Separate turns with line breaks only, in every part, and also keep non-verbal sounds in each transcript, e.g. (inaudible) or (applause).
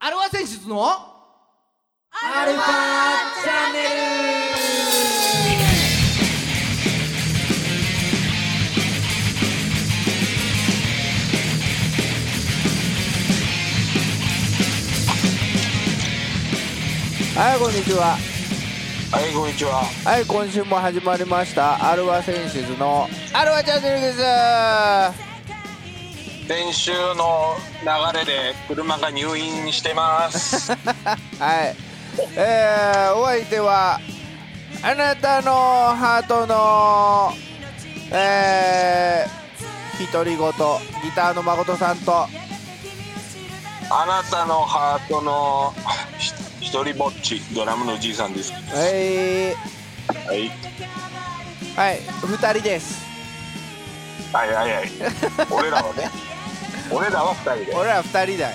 アルファ選出のアルファチャンネ
はいこんにちは
はい、こんにちは。
はい今週も始まりましたアルワ選手ズのアルワチャンネルです
先週の流れで車が入院して (laughs) ます。
はいえー、お相手はあなたのハートのえー、独り言ギターの誠さんと
あなたのハートのひ一人ぼっち、ドラムのおじいさんです。
はい
はい、
はい2人です
はい、はい、はい。俺らは (laughs) ね、俺らは二人で。
俺ら2人だよ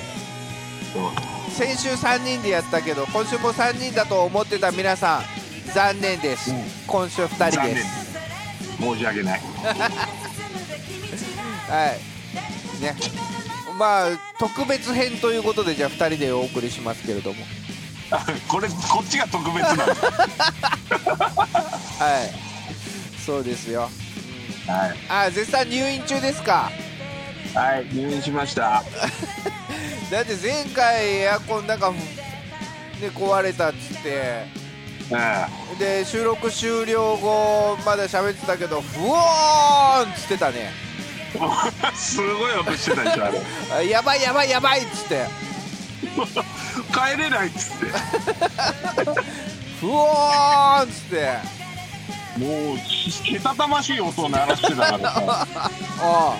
う
先週3人でやったけど今週も3人だと思ってた皆さん残念です、
うん
今週2
ん
人
残
で
念
す。
申し訳ない。
はいねまあ特別編ということでじゃあ2人でお送りしますけれども
あ (laughs) これ、こっちが特別なんです。
はいそうですよ
はい、
あ絶賛入院中ですか
はい、入院しました。
だって前回エアコンなんかね壊れたっつって
うん、 (laughs)
で収録終了後まだ喋ってたけどふおーんっつってたね
すごい音してたでしょ、あれ。
あやばいやばいやばいっつって
帰れないっつって。
ふおーんっつって
もう、けたたましい音を鳴らしてたからさ。 (laughs)
あ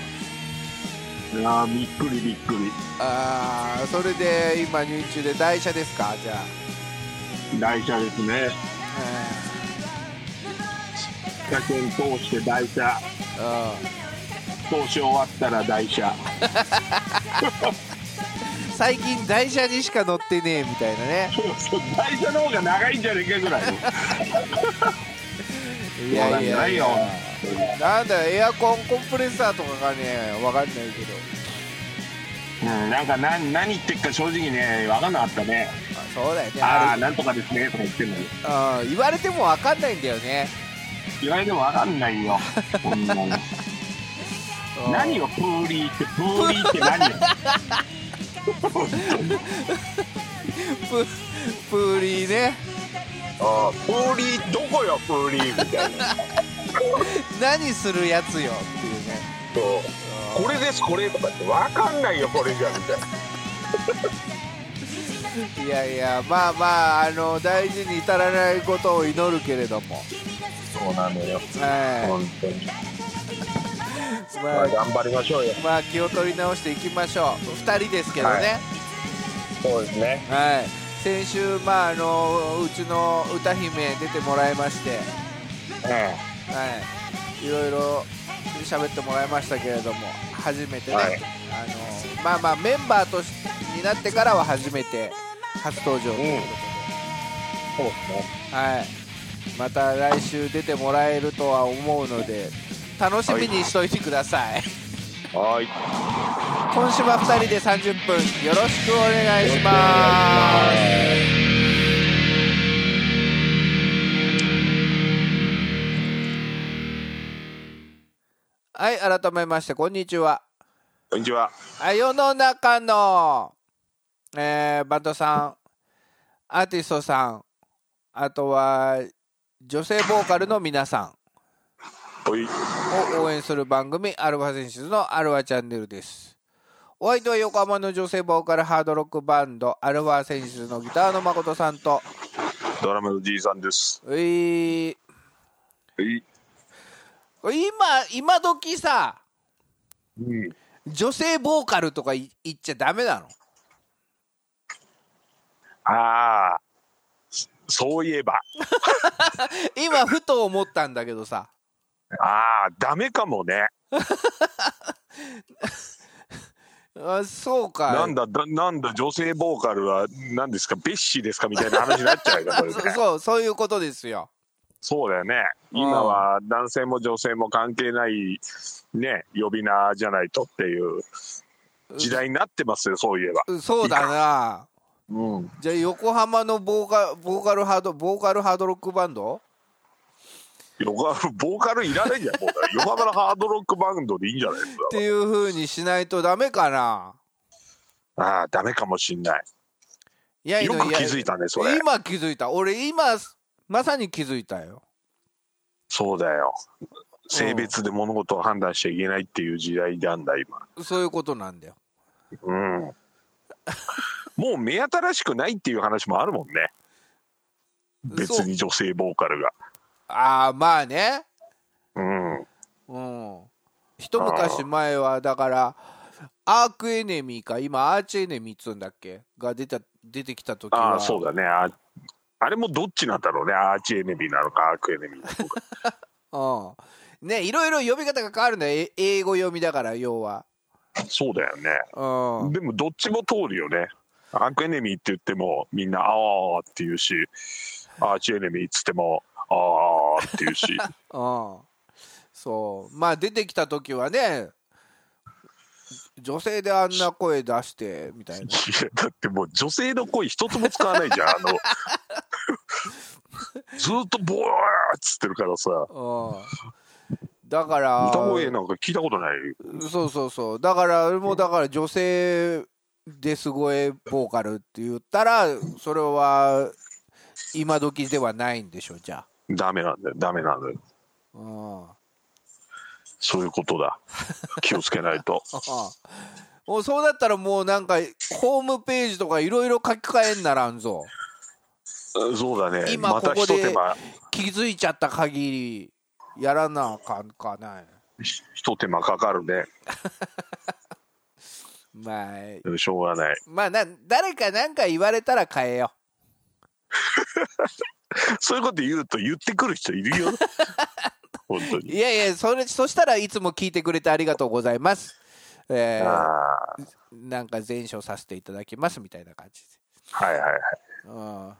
いやーびっくりびっくり
あーそれで今入院中で台車ですかじゃあ
台車ですね
う
車検通して台車
んうん
通し終わったら台車
最近台車にしか乗ってねえみたいなね
そうそう台車の方が長いんじゃねえかぐらいの
いやい
そうなんじゃな
や
い
い
よ
やなんだよエアコンコンプレッサーとかがねわかんないけど
うんなんか何何言ってっか正直ね分かんなかったね
まあそうだよね
あ
あ
あーなんとかですねとか言ってんのに
れ、うん、言われてもわかんないんだよね
言われても分かんないよこんなの
うん
何よプーリーってプーリーって何よ
ププーリーね
(laughs) あープーリーどこよプーリーみたいな
何するやつよっていうね
そうこれですこれとかって分かんないよこれじゃみたいない
やいやまあまああの大事に至らないことを祈るけれども
そうなのよ
は
本当に
いまあ
頑張りましょうよ。
まあ気を取り直していきましょう2人ですけどね、
はいそうですね。
はい、先週、まあ、あのうちの歌姫出てもらいまして、
う
はい、いろいろ喋ってもらいましたけれども初めてね、
はい
あのまあまあメンバーとしになってからは初めて初登場という
ん。そうです
こと
ね。
で、はい、また来週出てもらえるとは思うので楽しみにしといてください
はい。
今週は2人で30分よろしくお願いしますはい改めましてこんにちは
こんにちは。
あ世の中の、えーバンドさんアーティストさんあとは女性ボーカルの皆さ
おい。
んを応援する番組「アルファセンシズ」の「アルファチャンネル」ですお相手は横浜の女性ボーカルハードロックバンドアルファセンシズのギターの誠さんと
ドラムのじいさんです。
うい
はい。
今今時さ
うん。
女性ボーカルとかい言っちゃダメなの
ああ。そういえば。
今ふと思ったんだけどさ
ああ、ダメかもね。
あそうか
なんだ、だなんだ、女性ボーカルは、何ですか、ベッシーですかみたいな話になっちゃうよ、これ
(laughs)
ね
そそうそういうことですよ
そうだよね。今は男性も女性も関係ない、ね、呼び名じゃないとっていう時代になってますよ、そういえば。
うんそうだな
うん。
じゃあ横浜のボーカボーカルハードボーカルハードロックバンド
横浜、ボーカルいらないじゃん、もう。横浜のハードロックバンドでいいんじ
(laughs)
ゃないです
っていう風にしないとダメかな
か。ああ、ダメかもしんない。
いやい
よ
や
く気づいたね、それ。
今気づいた俺今まさに気づいたよ
そうだよ。性別で物事を判断しちゃいけないっていう時代なんだ、今。
そういうことなんだよ
うん。
(laughs)
もう目新しくないっていう話もあるもんね。別
そう
に女性ボーカルが。
ああまあね
うん。
うん一昔前はだからアークエネミーか今アーチエネミーっつうんだっけが出た出てきた時
あ
は
あ、そうだね。ああれもどっちなんだろうね。アーチエネミーなのか、アークエネミーなのか。
うんねいろいろ読み方が変わるんだよえ英語読みだから要は
そうだよね。
うん
でもどっちも通るよね。アークエネミーって言ってもみんな「ああ」って言うしアーチエネミーっつっても「ああ」って言うし
うんそうまあ出てきた時はね女性であんな声出してみたいな
いや (laughs) だってもう女性の声一つも使わないじゃんあ
(laughs)
のずっとボワーっつってるからさ
うんだから
歌声なんか聞いたことない
そうそうそうだからもうだから女性ですごいボーカルって言ったらそれは今時ではないんでしょじゃ
ダメなんだよダメなんだよ
あ、うんうん
そういうことだ気をつけないと (laughs)
もうそうだったらもうなんかホームページとかいろいろ書き換えんならんぞ
うんそうだね
今
また
ここ
一
で
手間
気づいちゃった限りやらなあかんかな
一手間かかるね
まあ
うんしょうがない
まあな誰かなんか言われたら変えよ
そういうこと言うと言ってくる人い
(laughs)
るよ。本当
う
に。
いやいやそれそしたらいつも聞いてくれてありがとうございますえー
ああー、
なんか全勝させていただきますみたいな感じ
はいはいはい。
で、うん、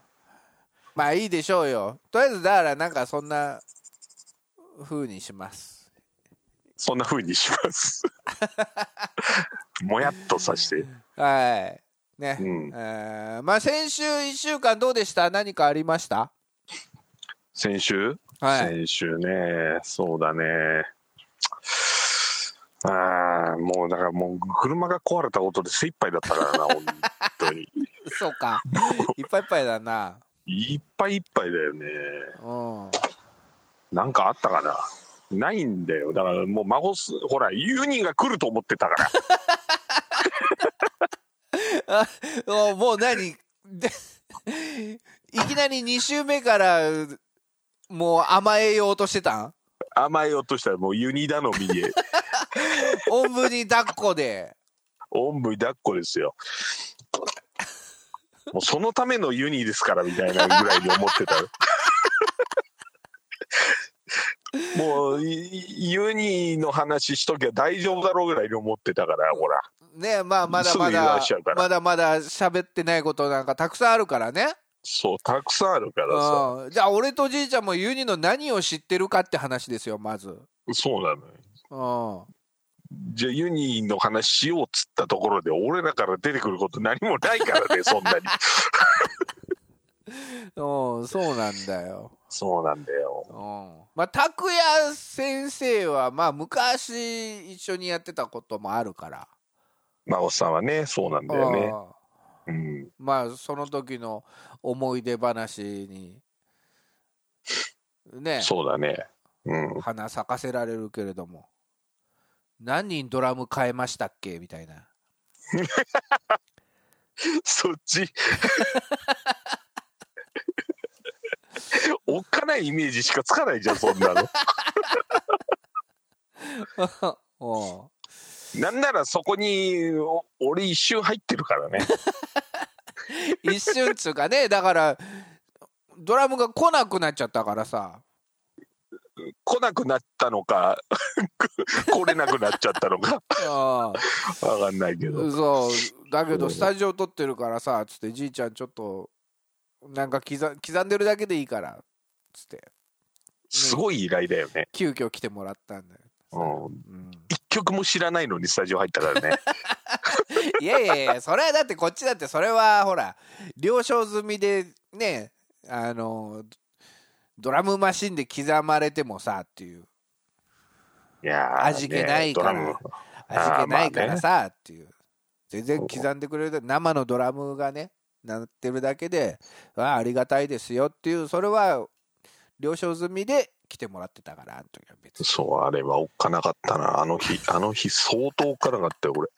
まあいいでしょうよとりあえずだからなんかそんな風にします
そんな風にし
(laughs)
ます。もやっとさして。
はいね、
うん
えーまあ先週1週間どうでした何かありました
先週、
はい
先週ね、そうだね。ああ、もうだからもう車が壊れたことで精一杯だったか
(laughs)
らな、本当に。
そう
(laughs)
かいっぱいいっぱいだない
っぱいいっぱいだよね。
うん
なんかあったかな。ないんだよ。だからもう孫す、ほら、ユニが来ると思ってたから。
あおもう何 (laughs) でいきなり2週目からもう甘えようとしてたん
甘えようとしたらもうユニ頼みに。
おんぶに抱っこで
おんぶに抱っこですよ。もうそのためのユニですからみたいなぐらいに思っ
(laughs)
てた。もういユニの話しときゃ大丈夫だろうぐらいに思ってたから、ほら。
ねまあまだ
すぐ
ま
油断
だ
しちゃうから
まだまだ喋ってないことなんかたくさんあるからね、
そう、たくさんあるからさ。
うん、じゃあ俺とじいちゃんもユニの何を知ってるかって話ですよまず、うん、
そうなのよ。
そ
じゃあユニの話しようっつったところで、俺らから出てくること何もないからね、そ
(laughs)
んなに。
うなんだよ、
そうなんだよ
う。ん、まあ拓哉先生はまあ昔一緒にやってたこともあるから、
孫さんはね、そうなんだよね。うん。
うんまあその時の思い出話にね
そうだね。うん。
花咲かせられるけれども何人ドラム変えましたっけみたいな
そっ
(laughs)
ち。おっかないイメージしかつかないじゃんそんなの
お
なんならそこにお俺一周入ってるからね
う一瞬っつうかねだからドラムが来なくなっちゃったからさ
来なくなったのか (laughs) 来れなくなっちゃったのか
う
わかんないけど
んそうだけどスタジオ撮ってるからさつってじいちゃんちょっとなんか刻刻んでるだけでいいからつって
すごい依頼だよね、
急遽来てもらったんだよ、
うん、
うん
一曲も知らないのにスタジオ入ったからね
いやいやいやそれはだってこっちだってそれはほら了承済みでねあのドラムマシンで刻まれてもさっていう
いやー
味気ないから、
ねドラム
味気ないか
あーまあ
ら
ね
さ、っていう全然刻んでくれる生のドラムがねなってるだけであありがたいですよっていうそれは了承済みで来てもらってたからあの時は別に
そうあれはおっかなかったなあの日あの日相当おっかなかったよ俺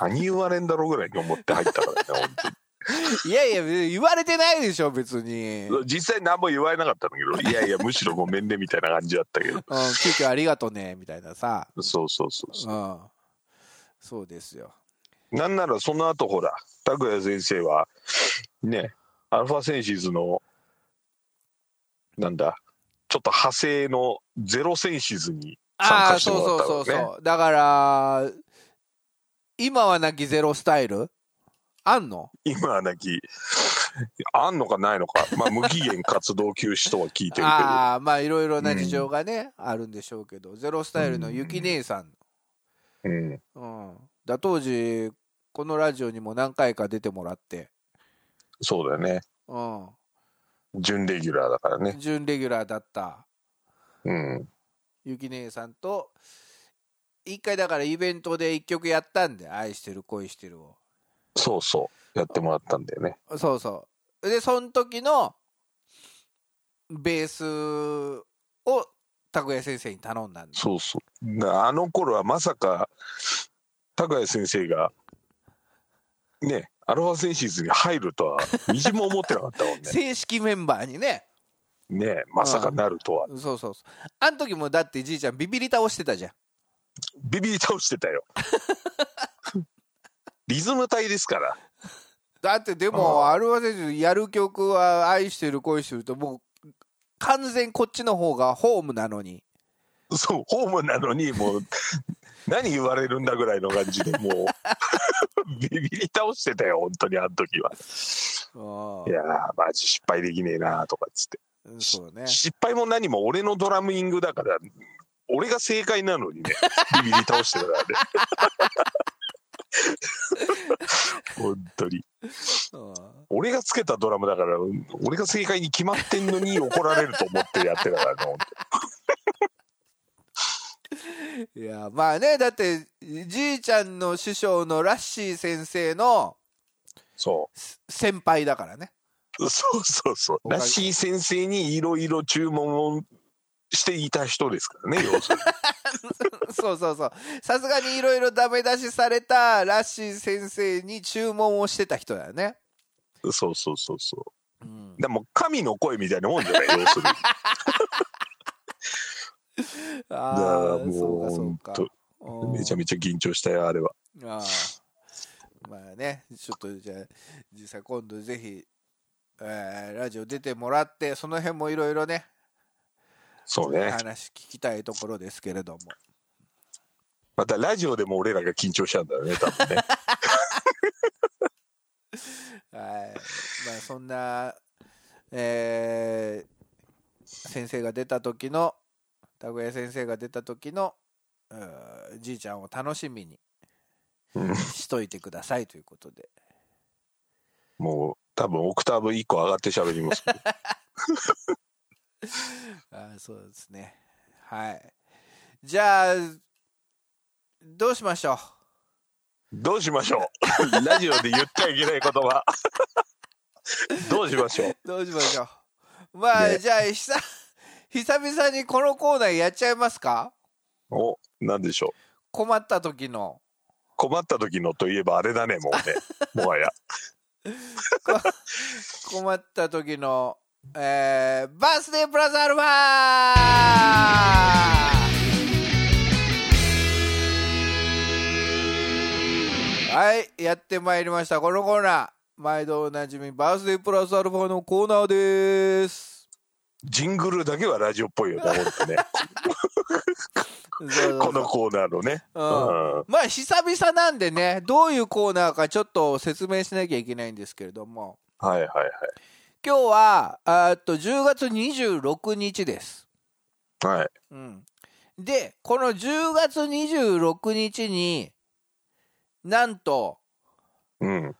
何言われんだろうぐらいに思って入ったからね本当に
いやいや言われてないでしょ別に、うん、
実際何も言われなかったんだけどいやいやむしろごめんねみたいな感じだったけど
急遽ありがとねみたいなさ、
そうそうそうそう
うん、そうですよ
なんならその後ほら拓哉先生はねアルファセンシズのなんだちょっと派生のゼロセンシズに参
ああ
加して
そう
もら
そ
っ
うそう
たからね
そうだから今はなきゼロスタイルあんの
今はなきあんのかないのかまあ無期限活動休止とは聞いてるけ
(laughs)
ど
ああまあいろいろな
うん
事情がね、あるんでしょうけどゼロスタイルのゆき姉さん、
うん、
うんだ当時このラジオにも何回か出てもらって、
そうだよね。
うん、
準レギュラーだからね。
準レギュラーだった
うん。
ゆき姉さんと一回だからイベントで一曲やったんで「愛してる恋してる」を
そうそう。やってもらったんだよね。
そうそうでその時のベースを拓哉先生に頼んだんで
そうそう。なあの頃はまさか、高谷先生が、ね、アルファセンシズに入るとは、みじも思ってなかったもん (laughs) ね。
正式メンバーにね
ねまさかなるとは。
そうそうそうあん時もだってじいちゃんビビり倒してたじゃん
ビビり倒してた (laughs) よ。リズム体ですから。
だってで
あ
もアルファ選手やる曲は「愛してる恋してる」ともう完全こっちの方がホームなのに
そう、ホームなのに、もう、何言われるんだぐらいの感じで、も (laughs) う、ビビり倒してたよ、本当に、あの時は。
あ
いやー、マジ失敗できねえなーとかっつって、
ーそうね
失敗も何も俺のドラミングだから、俺が正解なのにね、ビビり倒してた
(laughs)
からね。本当に
うん
俺がつけたドラムだから俺が正解に決まってんのに怒られると思ってやってたからね本
いやまあねだってじいちゃんの師匠のラッシー先生の
当
先輩だからね (laughs)
そうそうそうそうらしい先生にいろいろ注文をしていた人ですからね
(laughs)
要する
そうそうそうさすがにいろいろダメ出しされたラッシー先生に注文をしてた人だよね、
にそうそうそうそう
うん
でも神の声みたいなもんじゃない要するにだから
ああ
もう
そうかそうか
ほん
うん
めちゃめちゃ緊張したよあれは
ああまあねちょっとじゃあ実際今度ぜひ、えーラジオ出てもらってその辺もいろいろね
そうね
話聞きたいところですけれども
またラジオでも俺らが緊張しちゃうんだよね多
(laughs)
分ね
はいまあそんな、えー先生が出た時の拓哉先生が出た時のうんじいちゃんを楽しみに
うん
しといてくださいということで
もう多分オクターブ1個上がって喋ります
あーそうですねはいじゃあどうしましょ
どうしましょ
(laughs)
うラジオで言ってはいけない言葉どうしましょう
うどうしましょうまあ、
ね
じゃあ久久々にこのコーナーやっちゃいますか
おなんでしょう
困った時の
困った時のといえばあれだねも
(laughs)
うねもはや
困った時のえー、バースデープラスアルファはいやってまいりましたこのコーナー毎度おなじみバースデープラスアルファのコーナーです
ジングルだけはラジオっぽいよねほんとね
そうそうそう
このコーナーのね
うんまあ久々なんでねどういうコーナーかちょっと説明しなきゃいけないんですけれども
はいはいはい
今日はあーっと10月26日です、
はい
うん、でこの10月26日になんと
うん。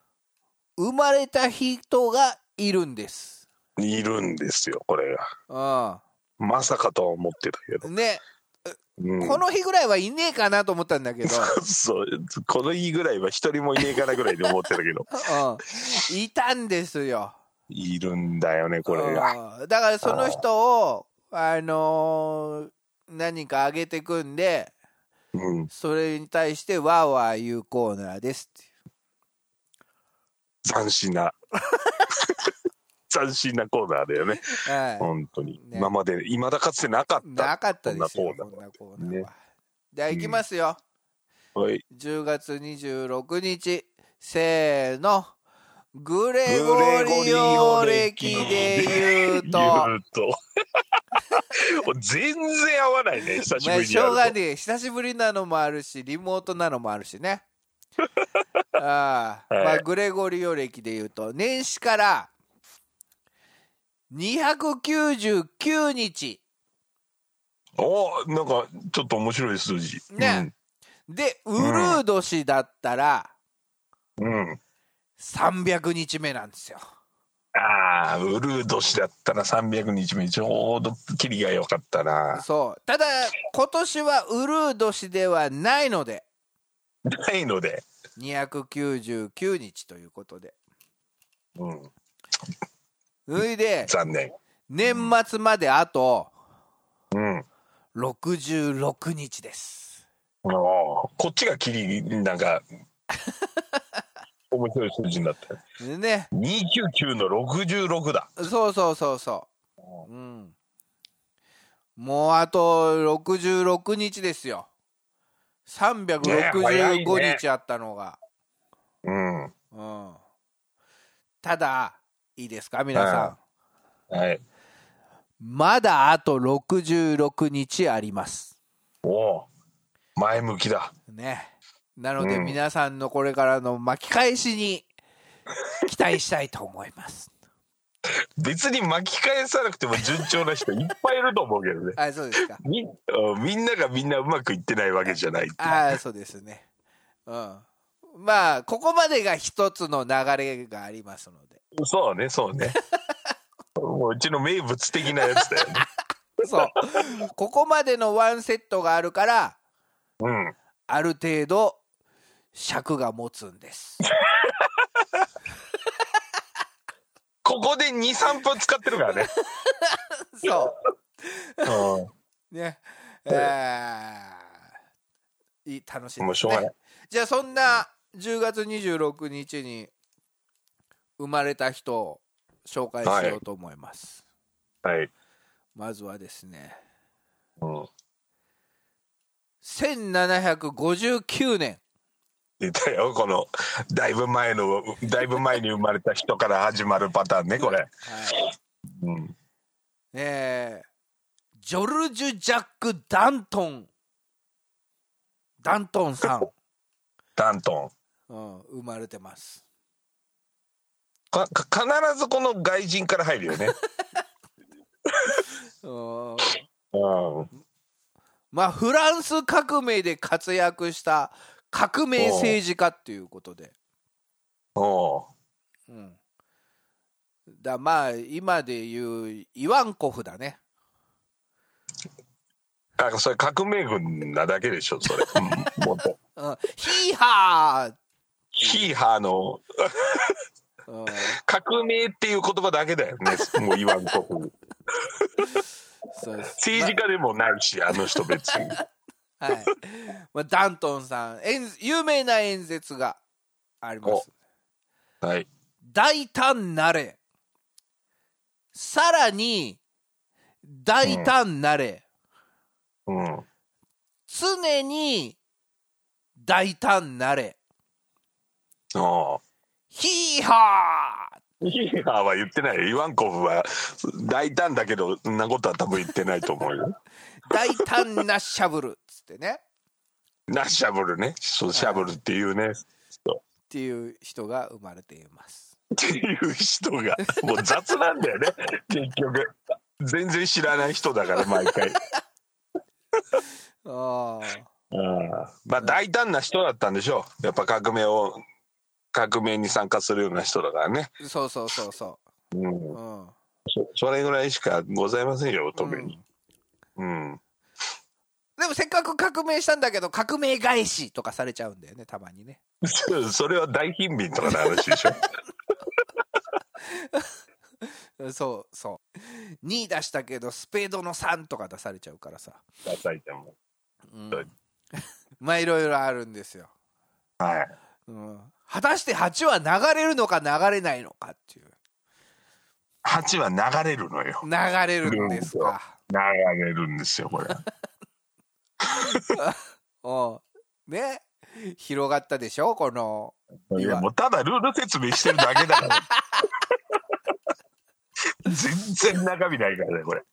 生まれた人がいるんです。
いるんですよ、これが。
うん、
まさかとは思ってたけど。
ね、
うん、
この日ぐらいはいねえかなと思ったんだけど、
そう、この日ぐらいは一人もいねえかなぐらいで思ってたけど。
うん、いたんですよ。
いるんだよね、これが。
うんだからその人をあのー何人か上げてくんで
うん。
それに対してわーわー言うコーナーですっていう
斬新な。 (laughs) 斬新なコーナーだよね。
は
本当に。
ね
今まで、いまだかつてなか
い、
っ
な
た。
かったですよこ
こん
ん
な
な
コ
コ
ー
ー
ナ
ナ
ーは
ーは。
ね
では行きますよ、
はい。
10月26日せーのグレゴリオ歴で言うと
言う (laughs) と全然合わないね、久し
ま
ぶ
あ
りに
し
やる
ょ
と
うがねえ久しぶりなのもあるしリモートなのもあるしね
(laughs)
ああ、ま
は
あ
い
グレゴリオ歴で言うと年始から299日
おなんか、ちょっと面白い数字。
ねでウルー年だったら
うん。うん。
300日目なんですよ
ああ、ウルー年だったら300日目、ちょうどキリが良かったな。
そうただ今年はウルー年ではないので
ないので。
299日ということで
うん。
そいで
残念。
年末まであと
うん。
66日です
おーこっちがキリ、なんか、面白い数字になった。
ね
299の66だ。
そうそうそうそううんもうあと66日ですよ
ね早いね
365日あったのが、
うん。は
うんただいいですか皆さん、
うんい。
まだあと66日あります。
おおー前向きだ。
ね。なので
うん
皆さんのこれからの巻き返しに期待したいと思い
(laughs)
ます。
別に巻き返さなくても順調な人いっぱいいると思うけどね。
あ、そうですか。
みうんみんながみんなうまくいってないわけじゃないっていう
あ、そうですね。うん。まあここまでが一つの流れがありますので。
そうね、そうね。もううちの名物的なやつだよね。 (laughs)
そう。ここまでのワンセットがあるから
うん。
ある程度尺が持つん
(laughs)
です。
ここで2、3分使ってるからね。
そう。
うん。
ね、え
ん
ーいい楽しいです、ね、
もうしょうがない
じゃあそんな10月26日に生まれた人を紹介しようと思います、
はい。
まずはですね
うん。
1759年
出たよ、この、だいぶ前の、だいぶ前に生まれた人から始まるパターンね、これ。
はい
うん。
ねえジョルジュ・ジャック・ダントンダントンさ
(laughs)
ん、
ダントン。
うん、生まれてます
か、か必ずこの外人から入るよね。
うん
う
まあ、フランス革命で活躍した革命政治家っていうことで、
ん。おう
うん、だまあ今で言うイワンコフだね
あ、それ革命軍なだけでしょ、それ。うんもっと。
うんヒーハ
ヒーハーの
ー、うん、
革命っていう言葉だけだよね、もう言わんとこ。
そうです
政治家でもないし、あの人別に。
まはいまあ、ダントンさん演有名な演説があります
はい。
大胆なれさらに大胆なれ、
うん。
常に大胆なれ
ああ。
ヒーハー
ヒーハーは言ってないよ。イワンコフは大胆だけど、そんなことは多分言ってないと思うよ。
大胆なシャブルっつってねっ
な、シャブルね。そう、シャブルっていうね。 (laughs)
ていう人が生まれています
っていう人が、もう雑なんだよ (laughs) ね。結局。 (laughs) 全然知らない人だから、毎回。
ああ
うんまあ大胆な人だったんでしょうやっぱ革命を革命に参加するような人だからね、
そうそうそうそ
うん
う、うん、
そそれぐらいしかございませんよ特にうん、
でもせっかく革命したんだけど革命返しとかされちゃうんだよねたまにね
(laughs) それは大貧民とかの話 (laughs) でしょ
そうそう2出したけどスペードの3とか出されちゃうからさ、
叩いても
うん
はい、
(laughs) まあいろいろあるんですよ、
はい
うん、果たして8は流れるのか流れないのかっていう
8は流れるのよ
流れるんですか
流れるんですよこれ
うんね広がったでしょこの
いやもうただルール説明してるだけだ
(laughs)
から全然中身ないからねこれ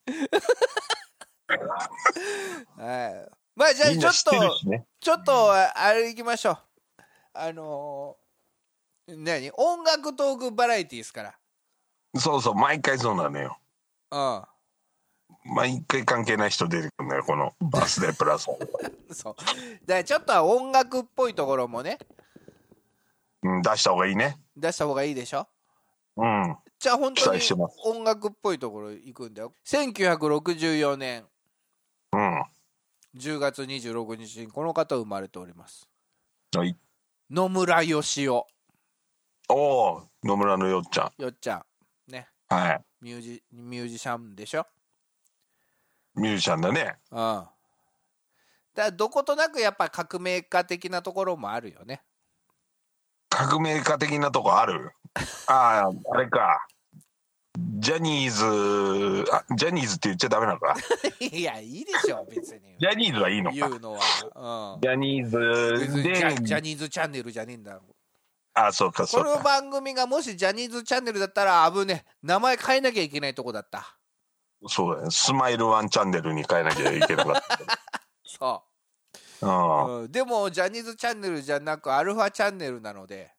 はいまあじゃあ
みん
ちょ
な
っ
知ってる
と
しね
ちょっとああれ行きましょうあのー何音楽トークバラエティーですから
そうそう毎回そうなのよ
うん
毎回関係ない人出てくるんだよこのバースデープラ
(laughs)
スワン
そうだからちょっとは音楽っぽいところもね
うん、出した方がいいね。
出した方がいいでしょ
うん。
じゃあ本
期
当に
待してます
音楽っぽいところ行くんだよ1964年
うん。
10月26日にこの方生まれております
はい。
野村義雄
おお、野村のよっちゃ
よっちゃんね
ん。はい。
ミュージミュージシャンでしょ
ミュージシャンだね。
うんだからどことなくやっぱ革命家的なところもあるよね (laughs)
革命家的なとこある。ああ、あれか。ジャニーズ、あジャニーズって言っちゃダメなのか。
いやいいでしょ別に
ジャニーズはいいのか。
言うのは、
ジャニ
うん、別
ーズ
にジャジャ
で、
ニーズチャンネルじゃねえんだ
あそうか、そ
こ
う
の
か。
番組がもしジャニーズチャンネルだったら危ねえ名前変えなきゃいけないとこだった
そうだね。スマイルワンチャンネルに変えなきゃいけなかっ
そ
た。
う、
う
うんでもジャニーズチャンネルじゃなくアルファチャンネルなので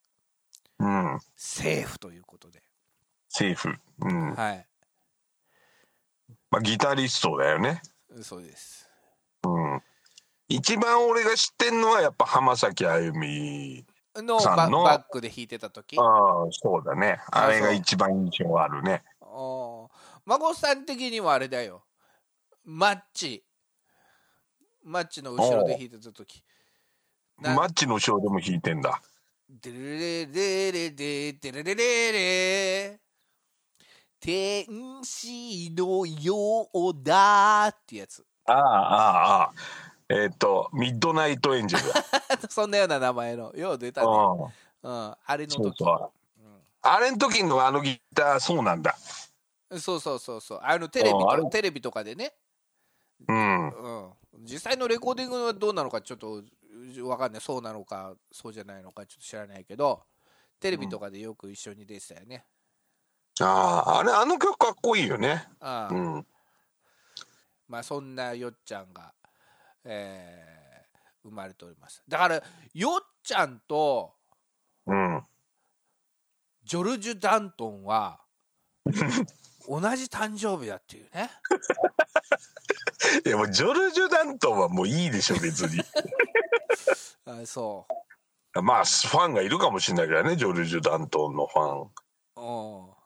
ん。うん。
セーフということで、
セーフ。うん。
はい
まあ、ギタリストだよね。
そうです
うん。一番俺が知ってんのはやっぱ浜崎あゆみ。
の
さん
バ
の
バックで弾いてた時
ああ、そうだね。あれが一番印象あるね。
おー孫さん的にはあれだよマッチマッチの後ろで弾いてた時な
マッチの後ろでも弾いてんだ。
デレレレレレデレレレレ天使のようだってやつ (laughs)
ああ、ああ、ああ。えっ、と、ミッドナイトエンジェルだ。
そんなような名前のよう出たね、
うん。
うん、あれの
そう
時
そう。あれの時のあのギター、そうなんだ。
そうそうそうそうあのテレビ
ああ
と
れ
テレビとかでね、
うん。
うん、実際のレコーディングはどうなのかちょっとわかんないそうなのかそうじゃないのかちょっと知らないけどテレビとかでよく一緒に出てたよね、
ああ、あれ、あの曲かっこいいよね。
ああ
うん。
まあそんなよっちゃんが、えー生まれておりますだからよっちゃんと
うん。
ジョルジュ・ダントン
(laughs)
は同じ誕生日だっていうね
いや、もうジョルジュ・ダントンはもういいでしょ、別に。 (laughs)
あそ
まあ、ファンがいるかもしれないからね、ジョルジュ・ダントンのファン。
うお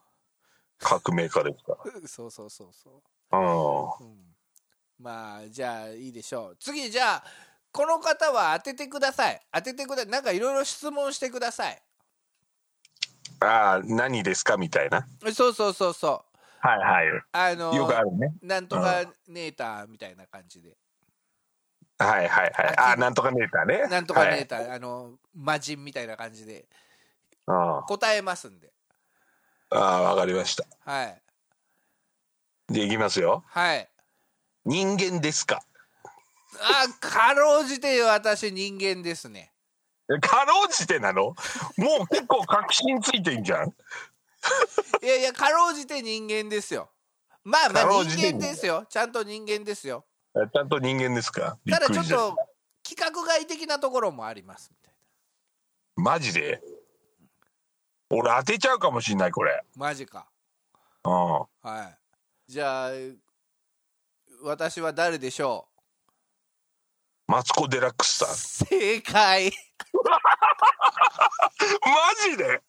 革命家ですか
そうそうそうそう
ら。うん。
うんまあじゃあいいでしょう次じゃあこの方は当ててください当ててくだなんかいろいろ質問してください
ああ、何ですかみたいな。
そうそうそうそう
はいはい。
あの
よくあるね。
なんとかネーターみたいな感じで
はいはいはい。ああ、なんとかネーターね。
なんとかネー
ー
ター、あの魔人みたいな感じで
ター。あ
答えますんで
あ、わかりました。
はい
じゃあいきますよ。
はい
人間ですか
あかろうじて私人間ですね
かろうじてなのもう結構確信ついてんじゃん。
いやいやかろうじて人間ですよまあまあ
かろうじて
人間
人間
ですよちゃんと人間ですよ
ちゃんと人間ですかびっ
だ
たく
ちょ
り
っ
じゃん。
と規格外的なところもありますみたい
マジで俺当てちゃうかもしんない、これ。
なマジか
うん。
はいじゃあ私は誰でしょ
マツコ・デラックスさん
正解
マジで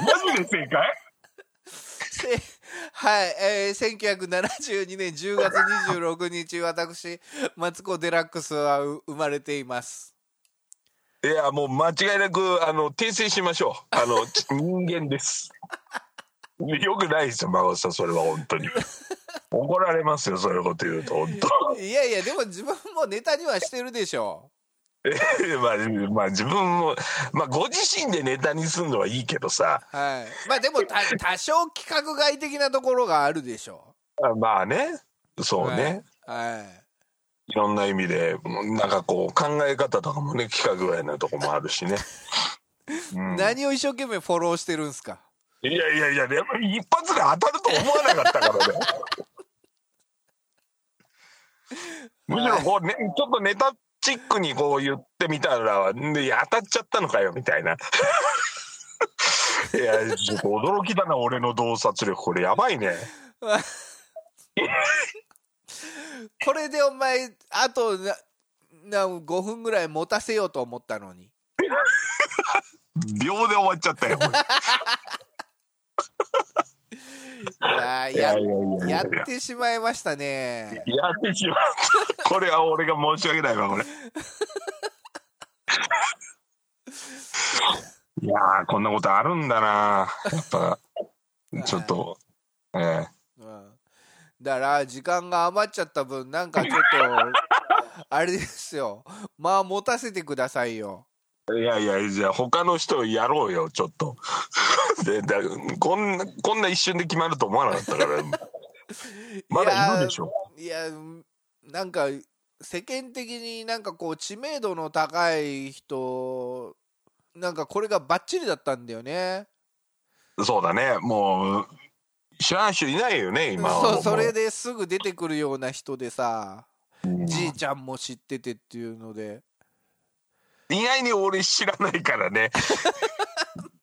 マジで正解
せはい、えー、1972年10月26日私マツコ・デラックスはう生まれています
いやもう間違いなくあの訂正しましょうあのち人間ですよくないですよ孫さんそれは本当に怒られますよそういうこと言うと本当
いやいやでも自分もネタにはしてるでしょ
えまあ、まあ自分も、まあ、ご自身でネタにするのはいいけどさ
はいまあでもた (laughs) 多少規格外的なところがあるでしょ
あまあねそうね、い
はい、はい
ろんな意味でうんなんかこう考え方とかもね企画外なとこもあるし
(laughs)
ね、うん
何を一生懸命フォローしてるんですか
いやいやいや、でも一発で当たると思わなかっ
(laughs)
たからね。むしろこう、ね、ちょっとネタチックにこう言ってみたら、でいや当たっちゃったのかよみた
(laughs)
いな。いや、ちょっと驚きだな、俺の洞察力、これやばいね。
これでお前あとなな5分ぐらい持たせようと思ったのに
秒で終わっちゃったよ。
いやー
いや
やや
いやいやいや
っ。てしまいましたね
やってしまった。これは俺が申し訳な
(laughs)
いわ、これ。いやー、こんなことあるんだな。やっぱ、ちょっと、ええ
うんだから時間が余っちゃった分なんかちょっとあれですよまあ持たせてくださいよ
いやいや、じゃあ他の人やろうよ、ちょっと。 (laughs) でだこんな、こんな一瞬で決まると思わなかったから。まだいるでしょ。
いやうんなんか世間的になんかこう知名度の高い人なんかこれがバッチリだったんだよね
そうだね、もう、知らない人いないよね、今はも。
そううそれですぐ出てくるような人でさ
うん
じいちゃんも知っててっていうので
意外に俺知らないから
(laughs)
ね。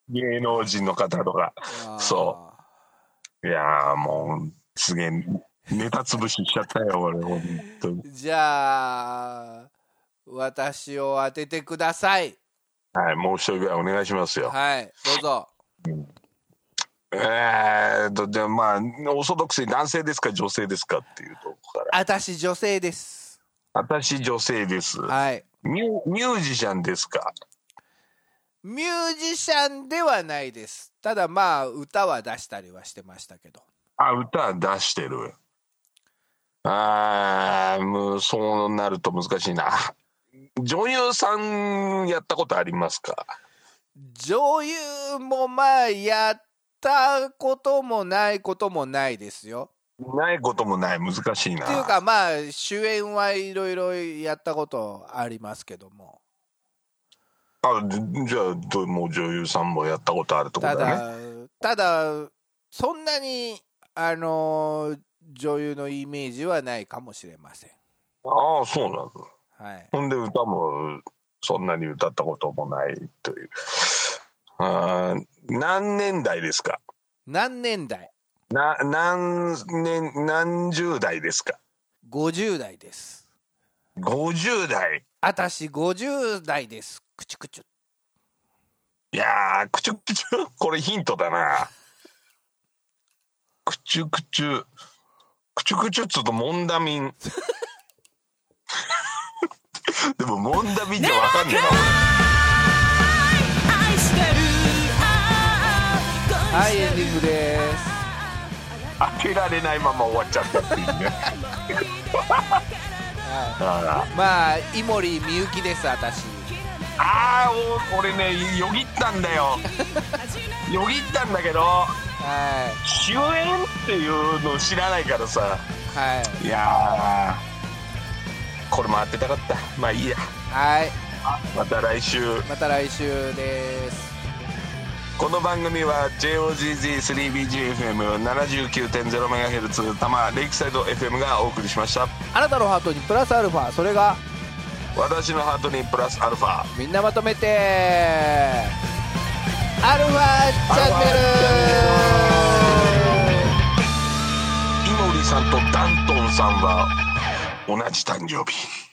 芸能人の方とか。そいやーもう、すげえ、ネタ潰ししちゃったよ、俺、ほんとに。
うじゃあ私を当ててください
はい、もう一人ぐらいお願いしますよ。
はいどうぞ
えーっと、で、まあ、オーソドックスに男性ですか、女性ですかっていうとこから。
私女性です
私、女性です。
はい
ミュミュージシャンですか。
ミュージシャンではないですただまあ歌は出したりはしてましたけど
あ、歌出してる。あー、もう、そうなると難しいな。女優さんやったことありますか
女優もまあやったこともないこともないですよ
ないこともない、難しいな。
っていうかまあ主演はいろいろやったことありますけども
あでじゃあどもう女優さんもやったことあるってこ
た
とだね
だただそんなにあのー女優のイメージはないかもしれません
ああそうなの
はい
ほんで歌もそんなに歌ったこともないというあー何年代ですか
何年代
な何年何十代ですか
50代です
50代
私50代ですくちゅくちゅ
いやーくちゅくちゅ (laughs) これヒントだなくちゅくちゅくちゅくちゅっつうとモンダミン (laughs) でもモンダミンってわかんねえな
愛してる
はいエンディングです
開けられないまま終わっちゃったっていうねあ
まあ井森美幸です私
ーあーお俺ねよぎったんだよよぎったんだけど
は
主演っていうのを知らないからさ
いはい
いやーこれも当てたかったまあいいや
はい
また来週
また来週です
この番組は JOGG3BGFM79.0MHz 多摩レイクサイド FM がお送りしました
あなたのハートにプラスアルファそれが
私のハートにプラスアルファ
みんなまとめてアルファチャンネル
井森さんとダントンさんは同じ誕生日